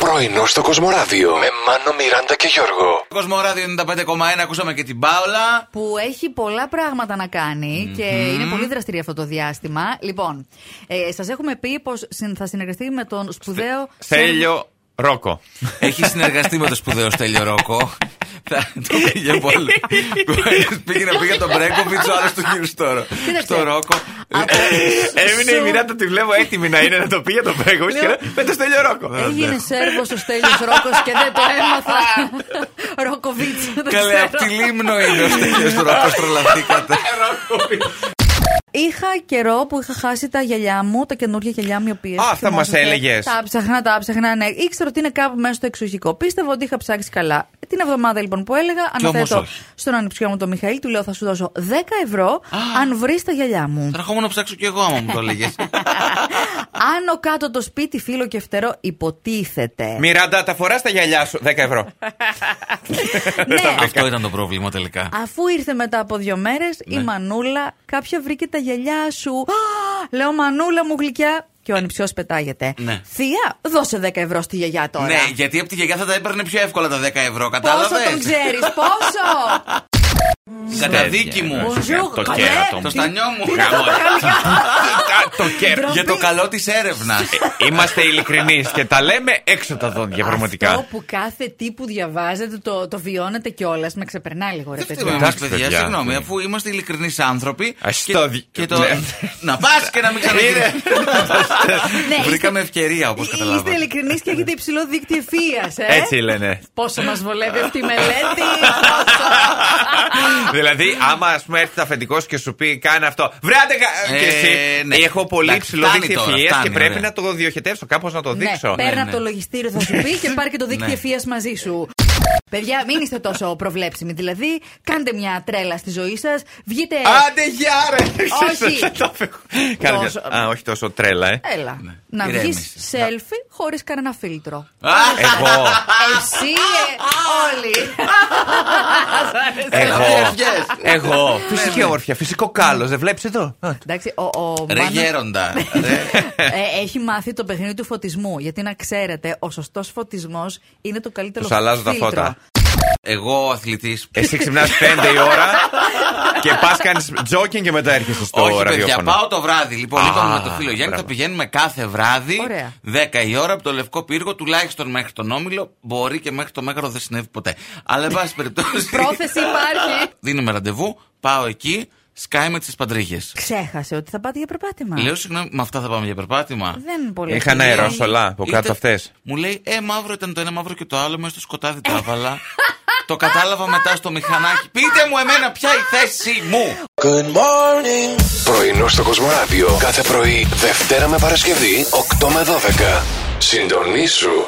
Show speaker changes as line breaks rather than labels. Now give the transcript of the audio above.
Πρωινό στο Κοσμοράδιο με Μάνο, Μιράντα και Γιώργο.
Κοσμοράδιο 95,1, ακούσαμε και την Πάολα.
που έχει πολλά πράγματα να κανει και είναι πολύ δραστηρία αυτό το διάστημα. Λοιπόν, ε, σας έχουμε πει πως θα συνεργαστεί με τον σπουδαίο.
Στέλιο Ρόκο.
Έχει συνεργαστεί με το σπουδαίο Στέλιο Ρόκο. Θα το πήγε πολύ. πήγε να πήγε τον Μπρέκοβιτ, ο άλλος του γύρου στο,
Κοίταξε.
στο Ρόκο.
Από-
Έμεινε η Μιράτα, τη βλέπω έτοιμη να είναι να το πει για τον Μπρέγκοβιτ και να- με το Στέλιο Ρόκο.
Ναι.
Έγινε Σέρβος ο Στέλιος Ρόκος και δεν το έμαθα. Ρόκοβιτς. δεν
Καλέ,
ξέρω.
απ' τη λίμνο είναι ο Στέλιος Ρόκος, τρελαθήκατε.
Είχα καιρό που είχα χάσει τα γυαλιά μου, τα καινούργια γυαλιά μου, οι οποίες.
Α, αυτά μας έλεγες.
Τα ψάχνα, τα ψάχνα, ναι. Ήξερα ότι είναι κάπου μέσα στο εξοχικό. Πίστευα ότι είχα ψάξει καλά. Την εβδομάδα λοιπόν που έλεγα,
όμως
αναθέτω
όχι.
στον ανιψιό μου τον Μιχαήλ, του λέω θα σου δώσω 10 ευρώ αν βρεις τα γυαλιά μου.
Θα ερχόμουν να ψάξω κι εγώ άμα μου το έλεγες.
Άνω κάτω το σπίτι, φίλο και φτερό, υποτίθεται.
Μιράντα, τα φοράς τα γυαλιά σου. 10 ευρώ.
ναι,
Αυτό ήταν το πρόβλημα τελικά.
Αφού ήρθε μετά από δύο μέρες,
Ναι.
η Μανούλα, κάποια βρήκε τα γυαλιά σου. «Α, Λέω Μανούλα μου γλυκιά. Και ο ανιψιός πετάγεται.
Ναι.
Θεία, δώσε 10 ευρώ στη γιαγιά τώρα.
Ναι, γιατί από τη γιαγιά θα τα έπαιρνε πιο εύκολα τα 10 ευρώ,
Πόσο τον
κατάλαβε.
ξέρεις, πόσο!
Καταδίκη μου.
Bonjour,
Το
καλέ.
κέρατο μου.
Ναι, Το στανιό μου.
Γάμο.
Κοίτα το κέρδο.
Ντροπή.
Για το καλό της έρευνας.
Ε, Είμαστε ειλικρινεί και τα λέμε έξω τα δόντια
Αυτό
πραγματικά.
που κάθε τι που διαβάζετε το, το βιώνετε κιόλας. Με ξεπερνά λίγο, ρε
Δεν
παιδί.
φταίμε εμείς,
ε, Εντάξει,
παιδιά.
παιδιά.
Συγγνώμη, αφού είμαστε ειλικρινεί άνθρωποι.
Α, στο δι-
και το...
Ναι.
να πας και να μην ξαναγίνεις.
Ναι, είστε-
Βρήκαμε ευκαιρία, όπως
Είστε
καταλάβατε.
ειλικρινείς και έχετε υψηλό δίκτυο ευθείας, ε.
Έτσι λένε.
Πόσο μας βολεύει αυτή η μελέτη. πόσο.
δηλαδή, άμα ας πούμε έρθει αφεντικός και σου πει κάνε αυτό. Βρέατε κα...
Ε,
και εσύ.
ναι.
Έχω πολύ
Εντάξει,
υψηλό
φτάνει
δίκτυο
τώρα,
ευφυΐας
φτάνει,
και πρέπει
ωραία.
να το διοχετεύσω, κάπως να το δείξω.
Ναι, παίρνει
Ναι,
από
ναι.
το λογιστήριο, θα σου πει και πάρει και το δίκτυο
Ναι.
ευφυία μαζί σου. Παιδιά, μην είστε τόσο προβλέψιμοι. Δηλαδή, κάντε μια τρέλα στη ζωή σας. Βγείτε.
Άντε γεια ρε!
Όχι.
Τα φεύγω. Κάνε μια-
Τόσο-
Α, όχι τόσο τρέλα, ε.
Έλα. Να βγει
Ηρέμησε.
selfie χωρίς κανένα φίλτρο.
Εγώ.
Εσύ, ε, όλοι.
Εγώ.
Ευχές. Ναι,
Εγώ. Φυσική όμορφια, φυσικό κάλος. Δεν βλέπεις εδώ. Α,
Εντάξει, ο, ο
Ρε
Μάνος,
γέροντα. ρε.
ε, έχει μάθει το παιχνίδι του φωτισμού. Γιατί να ξέρετε, ο σωστός φωτισμός είναι το καλύτερο
Τους αλλάζω τα
φίλτρο.
φώτα.
Εγώ αθλητής.
Εσύ ξυπνάς 5 η ώρα και πας κάνεις τζόκινγκ και μετά έρχεσαι στο
Όχι, παιδιά,
ραδιόφωνο.
πάω το βράδυ. Λοιπόν,
Α,
είπαμε με το φίλο Γιάννη, θα
μπράβο.
πηγαίνουμε κάθε βράδυ
Ωραία.
10 η ώρα από το Λευκό Πύργο, τουλάχιστον μέχρι τον Όμιλο. Μπορεί και μέχρι το Μέγαρο δεν συνέβη ποτέ. Αλλά, εν πάση περιπτώσει.
Πρόθεση υπάρχει.
Δίνουμε ραντεβού, πάω εκεί, σκάει με τις παντρίχε.
Ξέχασε ότι θα πάτε για περπάτημα.
Λέω συγγνώμη, με αυτά θα πάμε για περπάτημα.
Δεν πολύ.
Είχαν
ευκαιρία.
αεροσολά από
Ήρθε-
κάτω αυτές.
Μου λέει, Ε, μαύρο ήταν το ένα μαύρο και το άλλο, μέσα στο σκοτάδι τα έβαλα. το κατάλαβα μετά στο μηχανάκι. Πείτε μου εμένα ποια η θέση μου.
Πρωινό στο Κοσμοράδιο κάθε πρωί, Δευτέρα με Παρασκευή, 8 με 12. Συντονίσου.